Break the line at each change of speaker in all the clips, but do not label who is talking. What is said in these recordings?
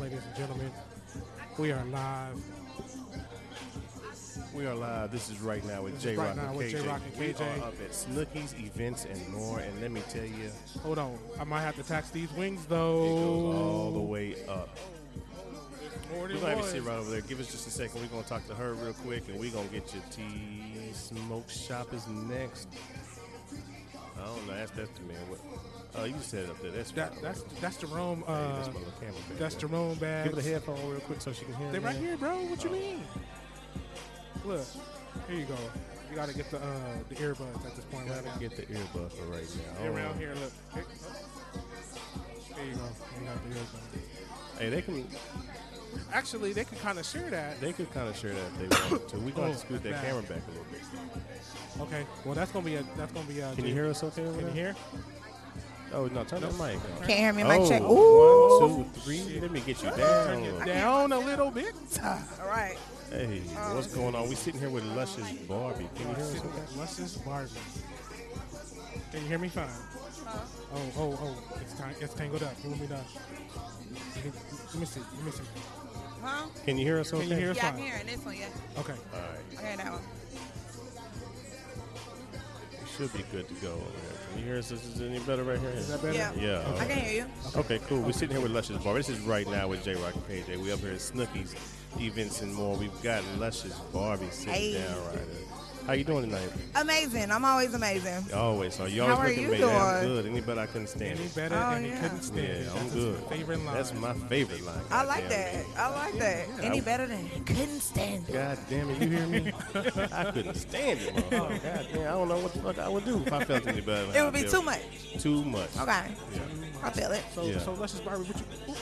ladies and gentlemen. We are live.
We are live. This is right now with
This is
J
Right
Rock
Now
and
with
KJ.
J-Rock and
we
KJ.
are up at Snookies events and more. And let me tell you, it
Hold on. I might have to tax these wings
goes all the
though.
way up.
More than
We're gonna have you
one.
sit right over there. Give us just a second. We're gonna talk to her real quick, and we're gonna get your tea. Smoke shop is next. I don't know. That's that's the man. What? Oh, you set it up there. That's
That,
fine.
that's that's Jerome.
Hey,
Uh,
that's my little camera. back
that's
there.
Jerome
Give
Bags.
her the headphone real quick so she can hear.
They
me.
right here, bro. What
Oh.
you mean? Look, here you go. You gotta get the uh, the earbuds at this point right
Gotta
now.
get oh. the earbud for right now.
They're
Hold
around
on.
here. Look. There you go. You got the earbuds.
Hey, they can
Actually, they can kind of share that.
they could kind of share that if they want to. We're gonna
Oh,
scoot that
that's
camera back a little bit.
Okay. Well, that's gonna be a that's gonna be a.
Can you hear us okay over
Can you
there?
hear?
Oh no, turn the mic. on.
Can't hear me. Mic check.
Oh,
Ooh.
one, two, three. Let me get you
Turn
down.
it down a little bit.
All right.
Hey, what's going on? We sitting here with Luscious Barbie. Can you hear us?
Sit
okay?
back. Luscious Barbie. Can you hear me fine? Oh, oh, oh. It's, tang- it's tangled up. You want me to? Let me see. Let me see.
Huh?
Can you hear us?
Can
Okay.
you hear us?
Yeah, I'm
fine.
hearing this one. Yeah,
Okay.
All right,
I hear that one.
you should be good to go over there. Can you hear us? Is this any better right here?
Is that better?
Yeah.
Yeah.
I
Okay.
can hear you.
Okay, cool. We're sitting here with Luscious Barbie. This is right now with J Rock and KJ. We up here at Snookies events and more. We've got Luscious Barbie sitting
Hey.
down right here. How you doing tonight?
Amazing. I'm always amazing.
Always. Are you
How
always
are
looking
you
amazing. I'm
doing?
good. Any better I couldn't stand
Any
it.
better
Oh,
than he
yeah.
couldn't stand it.
Yeah, I'm
That's
good.
his favorite line.
That's my favorite line.
I like
goddamn
that.
it.
I like that. Any
I-
better than couldn't stand it.
God damn it, you hear me? I couldn't stand it, motherfucker.
Oh.
God damn, I don't know what the fuck I would do if I felt any better. than
It
how
would
I
be
feel.
too much.
Too much.
Okay.
Yeah.
I feel it.
So,
Yeah.
so Luscious Barbie, what you,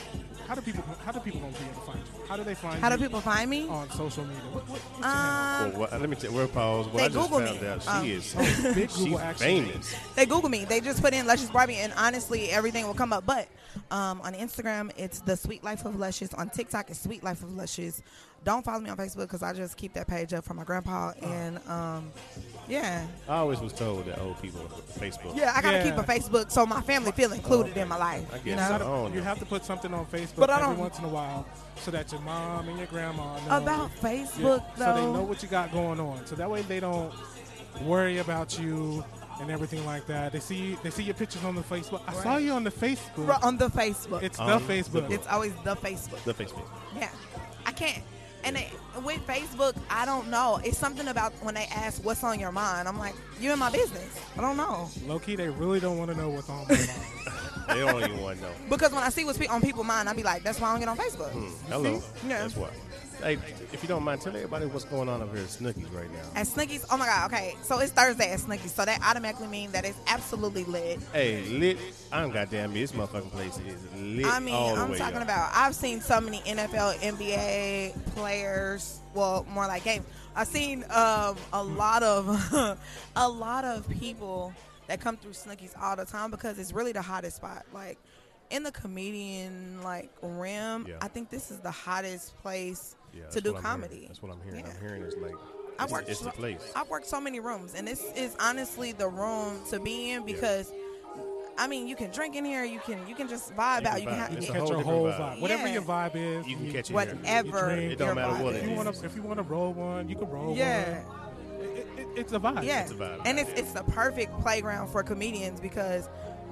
how do people how do people gonna be able to find you? How do they find
How
you
do people find me?
on social media? What, what, what's your handle?
Well,
Um,
what, let me tell you, we're paused. What I
They
just
Google
found
me.
out, she
Um,
is
big Google
she's
action.
famous.
they Google me. They just put in Luscious Barbie, and honestly, everything will come up. But um, on Instagram, it's the Sweet Life of Luscious. On TikTok, it's Sweet Life of Luscious. Don't follow me on Facebook because I just keep that page up for my grandpa. And um, yeah,
I always was told that old people on Facebook.
Yeah, I gotta
Yeah.
keep a Facebook so my family feel included in my life.
I guess
you
so.
know
I don't
you
know.
have to put something on Facebook
But I
every
don't-
once in a while so that your mom and your grandma know
about
Yeah,
Facebook
so they
though.
know what you got going on. So that way they don't worry about you and everything like that. They see you, they see your pictures on the Facebook. I saw
Right.
you on the Facebook.
We're on the Facebook.
It's
It's,
On
the
the
Facebook.
book.
always the Facebook.
The Facebook.
Yeah, I can't. And it, with Facebook, I don't know. It's something about when they ask what's on your mind. I'm like, you in my business. I don't know
Low key, they really don't want to know what's on my mind.
They don't even want to know.
because when I see what's pe- on people's mind, I be like, that's why I don't get on Facebook.
Hmm, Hello.
see? Yeah.
That's why. Hey, if you don't mind, tell everybody what's going on over here at Snookies right now.
At Snookies, oh my God, okay. So it's Thursday at Snookies, so that automatically means that it's absolutely lit.
Hey, lit. I'm goddamn me. This motherfucking place is lit.
I mean,
all the
I'm
way
talking
up.
about. I've seen so many NFL, NBA players. Well, more like games. I've seen um, a lot of a lot of people that come through Snookies all the time because it's really the hottest spot. Like in the comedian like rim,
Yeah.
I think this is the hottest place
Yeah, that's
to do
what I'm hearing.
comedy.
That's what I'm hearing.
Yeah.
I'm hearing it's like
I
it's,
worked
it's the
so-
place.
I've worked so many rooms, and this is honestly the room to be in because. I mean, you can drink in here. You can you can just vibe
You
out.
can
You can
vibe.
have,
It's
Catch
a
yeah,
whole
your
different
whole
vibe.
vibe. Whatever
Yeah.
your vibe is,
You can catch it here.
whatever.
It
don't
your
matter
vibe
what it
If
is.
you
is.
want to, if you want to roll one, you can roll
Yeah.
one. It, it, it's a vibe.
Yeah,
It's a vibe.
and it's it's the perfect playground for comedians because,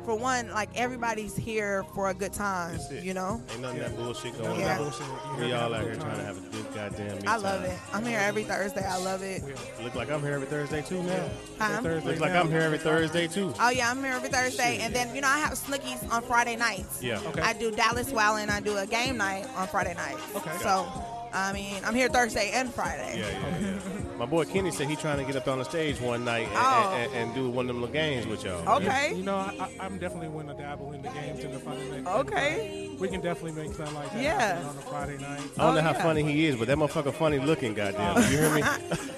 for one, like everybody's here for a good time.
That's it.
You know,
Ain't nothing that bullshit
None
going
of
Yeah.
that
on.
bullshit. You
We
gotta
all
a
out
good
here trying to
time.
have a good goddamn me
I love
time.
it. I'm here every Thursday. I love it.
Yeah.
Look like I'm here every Thursday too now.
Huh?
Thursday
Looks like
now.
I'm here every Thursday too.
Oh yeah, I'm here every Thursday, and then you know I have Snookies on Friday nights.
Yeah.
Okay.
I do Dallas Wild and I do a game night on Friday night.
Okay.
So, I mean, I'm here Thursday and Friday.
Yeah, yeah, yeah. My boy Kenny said he trying to get up on the stage one night and,
Oh.
and, and do one of them little games with y'all.
Okay.
You know, I, I- I'm definitely going to dabble in the games and the fun. and the-
Okay.
We can definitely make something like that
Yeah.
happen on a Friday night.
I don't know
Oh,
how
yeah.
funny he is, but that motherfucker funny looking, goddamn. You hear me?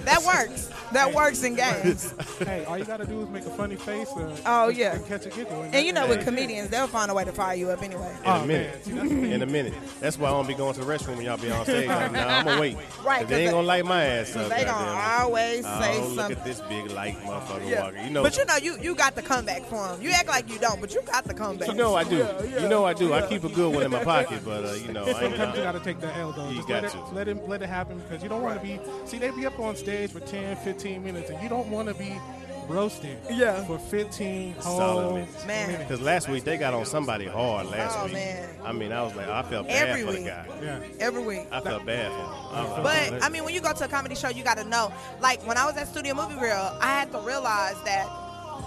That works. That works in games.
hey, all you gotta do is make a funny face. Uh,
Oh,
and-
yeah.
and catch a giggle.
And you know, with
Hey.
comedians, they'll find a way to fire you up anyway.
In
Oh,
a
man.
minute.
See, that's-
In a minute. That's why I don't be going to the restroom when y'all be on stage. I'm, nah, I'm gonna wait.
'cause
They
they-
ain't gonna light my ass up.
They gonna
goddamn.
always say
oh, look
something.
at this big light motherfucker
Yeah.
walking. You know,
but you know, you, you got the comeback for him. You act like you don't, but you got the comeback.
You know I do. you know I do. I keep a good one in my pocket, but uh, you know, I ain't,
Sometimes you
I,
gotta take that L though.
You
Just
got
let,
to.
it, let it let it happen because you don't want to be. See, they be up on stage for 10, 15 minutes, and you don't want to be roasted.
Yeah.
For fifteen whole
Solid minutes.
Man.
Because last week they got on somebody hard last
Oh,
week.
man.
I mean, I was like, I felt bad
Every
for the
week.
guy.
Yeah.
Every week.
I felt bad for him. I- I-
But I mean, when you go to a comedy show, you got to know. Like when I was at Studio Movie Reel, I had to realize that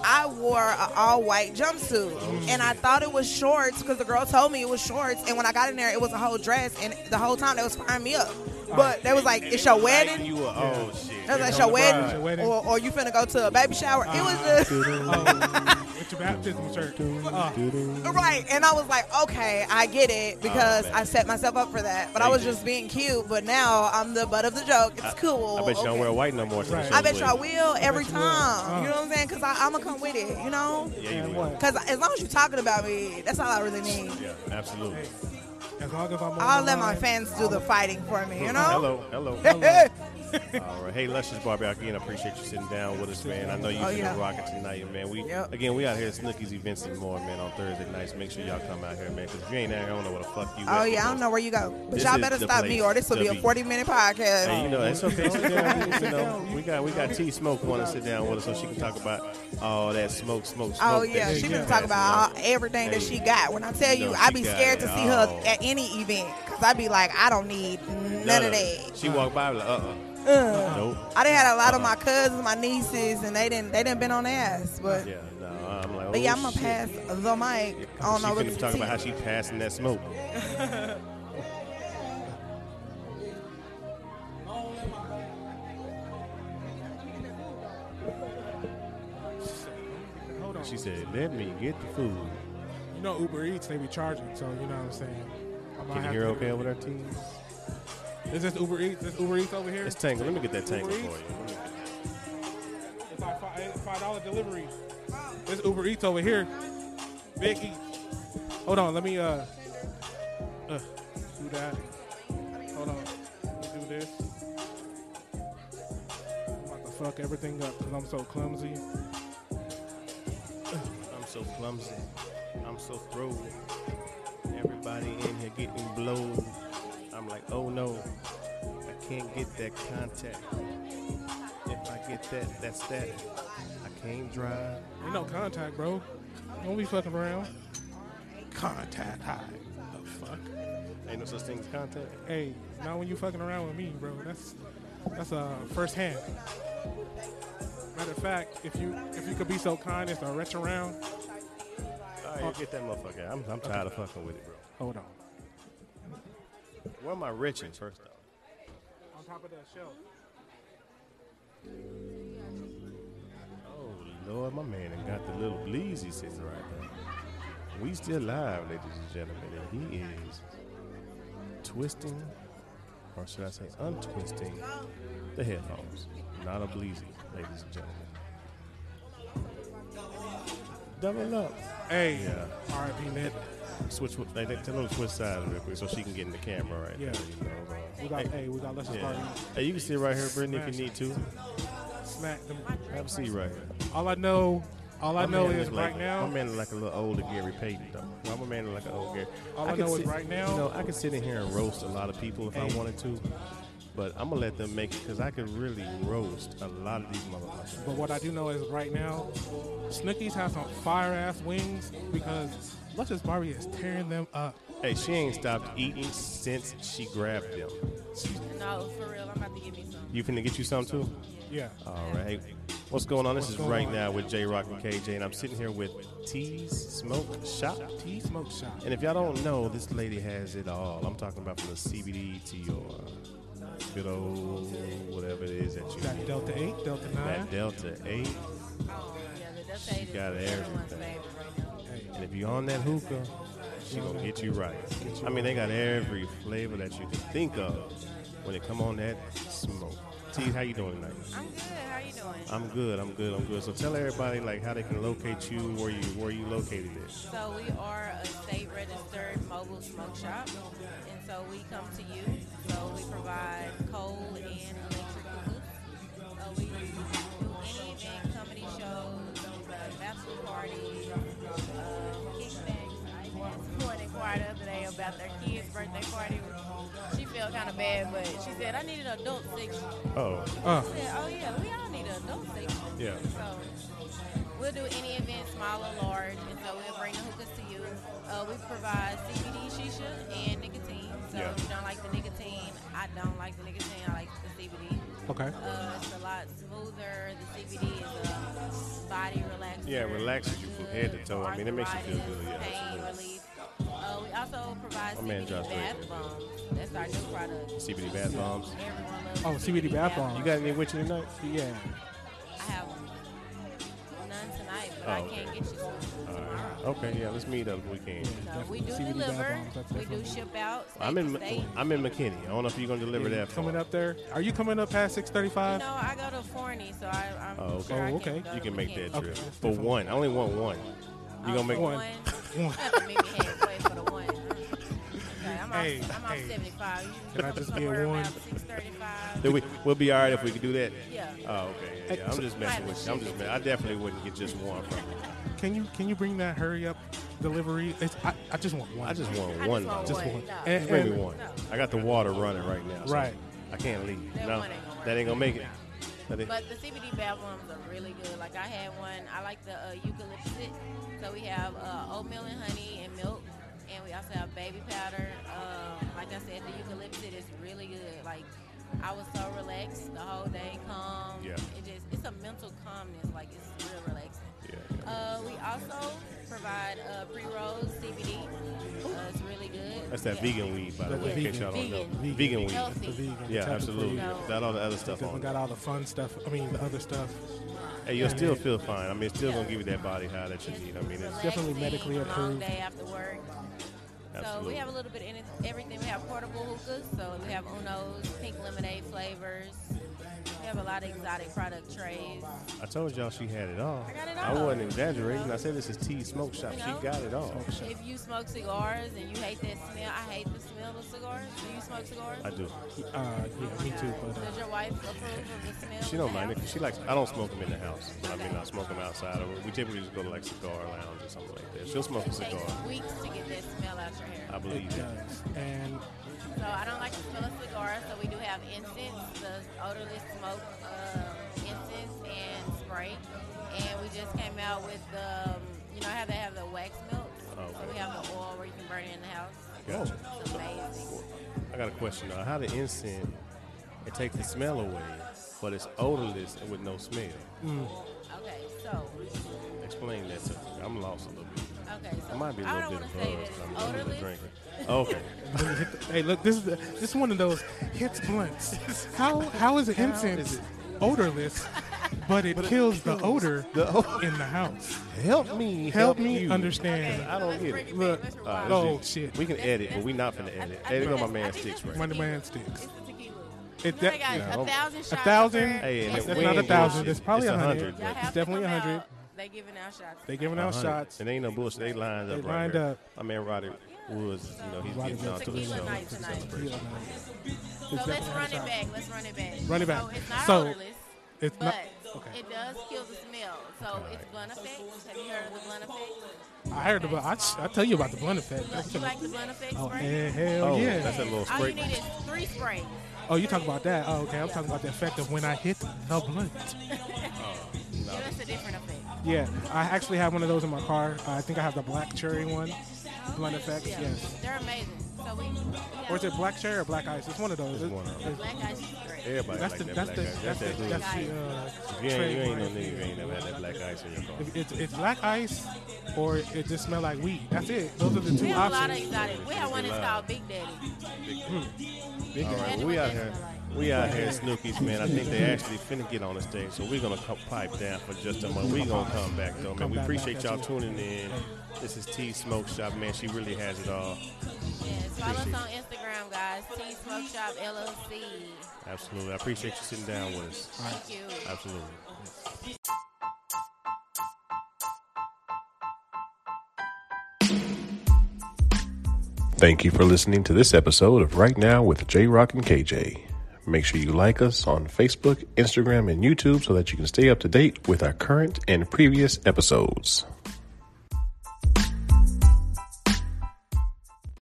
I wore an all-white jumpsuit,
Oh,
and I thought it was shorts because the girl told me it was shorts. And when I got in there, it was a whole dress, and the whole time they was firing me up.
Oh,
But they was like, "It's your
They was lighting
wedding."
You were, oh shit.
They was like,
Here come
"It's your
the
Your
wedding,"
wedding.
or, "Or you finna go to a baby shower." It
Ah,
was just
Oh, with your baptism shirt. Oh,
right, and I was like, "Okay, I get it," because
Oh, man.
I set myself up for that. But I
They
was
did.
just being cute. But now I'm the butt of the joke. It's cool.
bride. I bet you don't
Okay.
wear white no more. to the
Right.
show
I bet
today.
y'all will every
you will.
time.
Uh.
You know what I'm saying? Because I'm going to come with it, you know?
Yeah,
and
you will.
what?
Because as long as you're talking about me, that's all I really need.
Yeah, absolutely.
Hey, as long as I'm on
I'll
the
let my
line,
fans do the fighting for me, you know? Oh,
Hello, hello. All right. Hey, Luscious Barbie, again, I appreciate you sitting down with us, man. I know you've
Oh,
been
yeah.
rocking tonight, man. We
Yep.
Again, we out here at Snookies Events and More, man, on Thursday nights. Make sure y'all come out here, man, because if you ain't out here, I don't know what the fuck you at
Oh, yeah, I
because-
don't know where you go. But
This
y'all
is
better
the
stop
place
me, or this will be a
to be.
40 minute podcast.
Hey, you know, it's okay. Sit down. You know, we got we got T Smoke want to sit down with us so she can talk about all that smoke, smoke, smoke.
Oh
that
yeah, she
shit
been
is
talking about all,
passing
everything that
Hey,
she got. When I tell
you
you,
know
I
she
be
got
scared
it
to see her
all.
at any event because I be like, I don't need none,
on.
of
it.
that.
She walked by like, uh, uh nope.
I done had a lot of
Uh-huh.
my cousins, my nieces, and they didn't they didn't been on their ass, but
Yeah, no, I'm like,
But
oh,
yeah, I'm gonna
shit.
pass the mic on
she
over
finna
to
be talking
T.
about how she passing that smoke.
Hold on.
She said, "Let me get the food."
you know Uber Eats they be charging, so you know what I'm saying. I might
Can you
have
hear
to-
okay over there, T?
Is this Uber Eats? Is Uber Eats over here?
It's Tangle. Let me get that Tangle for
Uber
you.
Eats? It's like five five dollar delivery. This Uber Eats over here. Big Eats. Hold on, let me uh, uh do that. Hold on. Let me do this. I'm about to fuck everything up because I'm so clumsy.
I'm so clumsy. I'm so thrown. Everybody in here getting blown. I'm like, oh no, I can't get that contact. If I get that, that's that. I can't drive.
Ain't no contact, bro. Don't be fucking around. Contact high. The fuck?
Ain't no such thing as contact.
Hey, not when you fucking around with me, bro. That's that's uh first hand. Matter of fact, if you if you could be so kind as to retch around,
All right, you get that motherfucker. out. I'm, I'm tired of fucking with it, bro.
hold on.
Where am I riching first off?
On top of that shelf.
Oh Lord, my man and got the little bleezy sitting right there. We still live, ladies and gentlemen, and he is twisting, or should I say untwisting, the headphones. Not a bleezy, ladies and gentlemen. Double up.
Hey,
Yeah.
R.I.P. Nip.
Switch. with- Like, like, tell him to switch sides real quick so she can get in the camera right
Yeah.
there. You know, uh,
We got hey, we got let's just
yeah.
party.
Hey, you can sit right here, Brittany, if you need to.
Smack them.
Have a seat right here.
All I know, all I
My
know
man
is
look like,
right now.
My man look like a little older Gary Payton, though. My man look like an old Gary.
All I know
could
is
sit-
right now-
You know, I could sit in here and roast a lot of people if I
Hey.
wanted to, but I'm gonna let them make it because I could really roast a lot of these motherfuckers.
But what I do know is right now, Snookies have some fire ass wings because Luscious Barbie is tearing them up.
Hey, she ain't stopped eating since she grabbed them.
No, for real. I'm about to give me some.
You finna get you some too?
Yeah.
All right. Hey, what's going on? This is
going
right
on?
now with J Rock and KJ, and I'm sitting here with T Smoke Shop.
Tea smoke shop.
And if y'all don't know, this lady has it all. I'm talking about from the CBD to your good old whatever it is that you
Got
need.
Delta 8, Delta 9.
That Delta 8.
Oh, yeah, the Delta
She
eight is
got
everyone's
everything.
favorite right now.
And if you're on that hookah, she gonna get you right. I mean, they got every flavor that you can think of when it come on that smoke. T, how you doing tonight?
I'm good. How you doing?
I'm good. I'm good. I'm good. So tell everybody like how they can locate you, where you where you located at.
So we are a state registered mobile smoke shop, and so we come to you. So we provide coal and electric booths. So we do any event, comedy shows, uh, bachelor parties, uh, kickbacks. I even had someone inquire the other day about their kid's birthday party. She felt kind of bad, but she said I needed an adult section.
Oh,
Uh,
I said, oh yeah, we all need an adult section.
yeah.
So we'll do any event, small or large, and so we'll bring the hookahs to you. Uh, we provide CBD, shisha, and nicotine. So
Yeah.
if you don't like the nicotine, I don't like the nicotine. I like the CBD.
okay.
Uh, it's a lot smoother. The CBD is a body relaxer.
Yeah, it relaxes you from head to
good
toe.
for
I mean, it makes you feel
arthritis,
good, yeah.
Pain relief. Uh, we also provide
My man
CBD
Josh
bath
Wade.
bombs. That's our new product.
CBD bath bombs.
Everyone loves
Oh, CBD bath bombs.
You got any with you tonight?
Yeah.
I have none tonight, but
Oh,
I
okay.
can't get you some
All
tomorrow.
right. Okay, yeah. Let's meet up weekend.
So we do
CBD bath
deliver.
bombs, that's
We do
definitely-
ship out. State
I'm in
to state.
I'm in McKinney. I don't know if you're gonna deliver that.
coming
far.
up there. Are you coming up past six thirty-five?
No, I go to Forney, so I, I'm
Oh, okay.
sure I
Oh, okay.
Go
You
to
can make
Weekend.
that
Okay,
trip
that's
for
different.
one. I only want one. You
Oh,
gonna make
for
One.
one?
One.
You have to meet me halfway for the one. Okay, I'm
Hey,
off, I'm off
hey.
75. You
Can I
come
just get
somewhere
one?
around 635.
Then we we'll be all right if we can do that.
Yeah.
Oh, okay. Yeah, yeah. I'm just messing with you. I'm just. Messing. I definitely wouldn't get just one from you.
Can you can you bring that hurry up delivery? It's, I, I just want one.
I just
I
want
just
one.
want
though.
Just
one.
one.
No.
And-
Just bring me
and-
one. I got the water running right now. so
Right.
I can't leave.
That
no,
one ain't gonna
that ain't gonna make it. That ain't-
But the CBD bath bombs are really good. Like I had one. I like the uh, eucalyptus. So we have uh, oatmeal and honey and milk, and we also have baby powder. Um, like I said, the eucalyptus is really good. Like I was so relaxed the whole day, calm.
Yeah.
It just it's a mental calmness. Like it's real relaxing.
yeah, yeah.
Uh, we also provide uh, pre rolls CBD. Uh, it's really good.
That's that
Yeah.
vegan weed, by the
That's
way. In
vegan.
case y'all don't know,
Vegan.
vegan, weed.
Healthy.
the vegan.
Yeah,
type of
absolutely.
food.
No.
Got all the other stuff
Doesn't
on.
got
it.
all the fun stuff. I mean, the other stuff. uh,
Hey, you'll still feel fine. I mean, it's still gonna give you that body high that you need. I mean, it's
Relaxing,
definitely medically
a Long
approved.
day after work. So
absolutely.
we have a little bit in it- everything. We have portable hookahs, so we have Uno's, pink lemonade flavors. We have a lot of exotic product trays.
I told y'all she had it all.
I got it all.
wasn't exaggerating. I said this is T Smoke Shop.
You know?
She got it all.
If you smoke cigars and you hate that smell, I hate the smell of cigars. Do you smoke cigars?
I do.
Uh, yeah, me too. But
Does
uh,
your wife approve of the smell?
She
of
don't
the
mind it.
house?
'cause She likes. I don't smoke them in the house, but I mean,
Okay.
I smoke them outside. Or we typically just go to like cigar lounge or something like that. She'll smoke a
It
cigar.
takes weeks to get that smell out your hair.
I believe
it
it.
does. And
So I don't like the smell of cigars, so we do have incense, the odorless smoke um, incense and spray. And we just came out with the, um, you know how they have the wax melt?
Oh,
So we
okay.
have the oil where you can burn it in the house.
Gotcha.
It's amazing.
I got a question. Now. How the incense it takes the smell away, but it's odorless and with no smell?
Okay, so,
Explain that to me. I'm lost a little bit.
okay, so
I might be a
I
little bit
don't want to say that
buzzed.
it's
I'm a little bit
odorless.
drinking. Okay.
hey, look, this is the, this is one of those hits blunts. How how is it incense
is it-
odorless, but it kills the odor
The o-
in the house?
help me.
Help, me
you.
understand.
Okay,
I don't
let's
get
bring
it.
back,
Look,
let's
All right,
rewind.
no,
let's
Oh, shit.
We can
That's-
edit,
that's
but we're not
the-
finna
I-
edit.
I
Edit on my
think that's- I
man
think
sticks
that's
right
the
One of the
tequila.
man sticks.
It's the
It
tequila. Remember they
de-
got
No.
a thousand shots.
A thousand?
of her-
Hey,
Yes,
look,
they
That's not
do.
a thousand. It's probably
It's
a
a
hundred.
hundred.
Y'all have
It's
to
definitely a
come
hundred.
out. They giving out shots.
They giving out
100.
shots.
And ain't no bullshit. They lined
They
up right
lined
here.
up.
My man Roddy Woods, you know, he's
Roddy
getting on
Woods.
to the
Tequila
show.
night tonight.
Yeah.
So
It's
let's
definitely
run it
shot.
back. Let's run it back.
Run it back.
So it's not
So,
odorless,
It's
but
not. Okay.
it does kill the smell. So it's
right.
blunt effect. Have you heard of the blunt effect?
I heard about. I, I tell you about the blunt effect.
Look,
That's
you
what-
like the blunt effect
Oh
spray?
eh, hell
Oh,
yeah!
that's a little
All
spray.
you need is three sprays.
oh, you talking about that? Oh, okay. I'm talking about the effect of when I hit the blunt.
Yeah, that's a different effect.
Yeah, I actually have one of those in my car. Uh, I think I have the black cherry one. Blunt effects,
Yeah.
yes.
They're amazing. So we, we
Or is it
have
black cherry or black ice? It's one of those.
It's one of them.
black ice is great.
Everybody
That's
like
the
that
that's
black
the
ice.
that's the
that
that's the
blue.
uh,
You ain't, you ain't no
trademark.
nigga. You ain't never had that black ice in your car.
If It's, it's black ice, or it just smell like weed. That's it. Those are the
We
two
have a lot of
options.
exotic. We have one that's
Wow.
called Big Daddy.
All right,
Imagine
we out
what that
here.
smell like.
We out here, Snookies, man. I think they actually finna get on the stage, so we're gonna co- pipe down for just a moment. We gonna come back though, man.
Come
We
back,
appreciate
back
y'all
at you.
tuning in. This is T Smoke Shop, man. She really has it all.
Yes, follow us
Appreciate
on Instagram, guys. Tea Smoke Shop LLC.
Absolutely. I appreciate you sitting down with us.
Thank you.
Absolutely. Thank you for listening to this episode of Right Now with J Rock and KJ. Make sure you like us on Facebook, Instagram, and YouTube so that you can stay up to date with our current and previous episodes.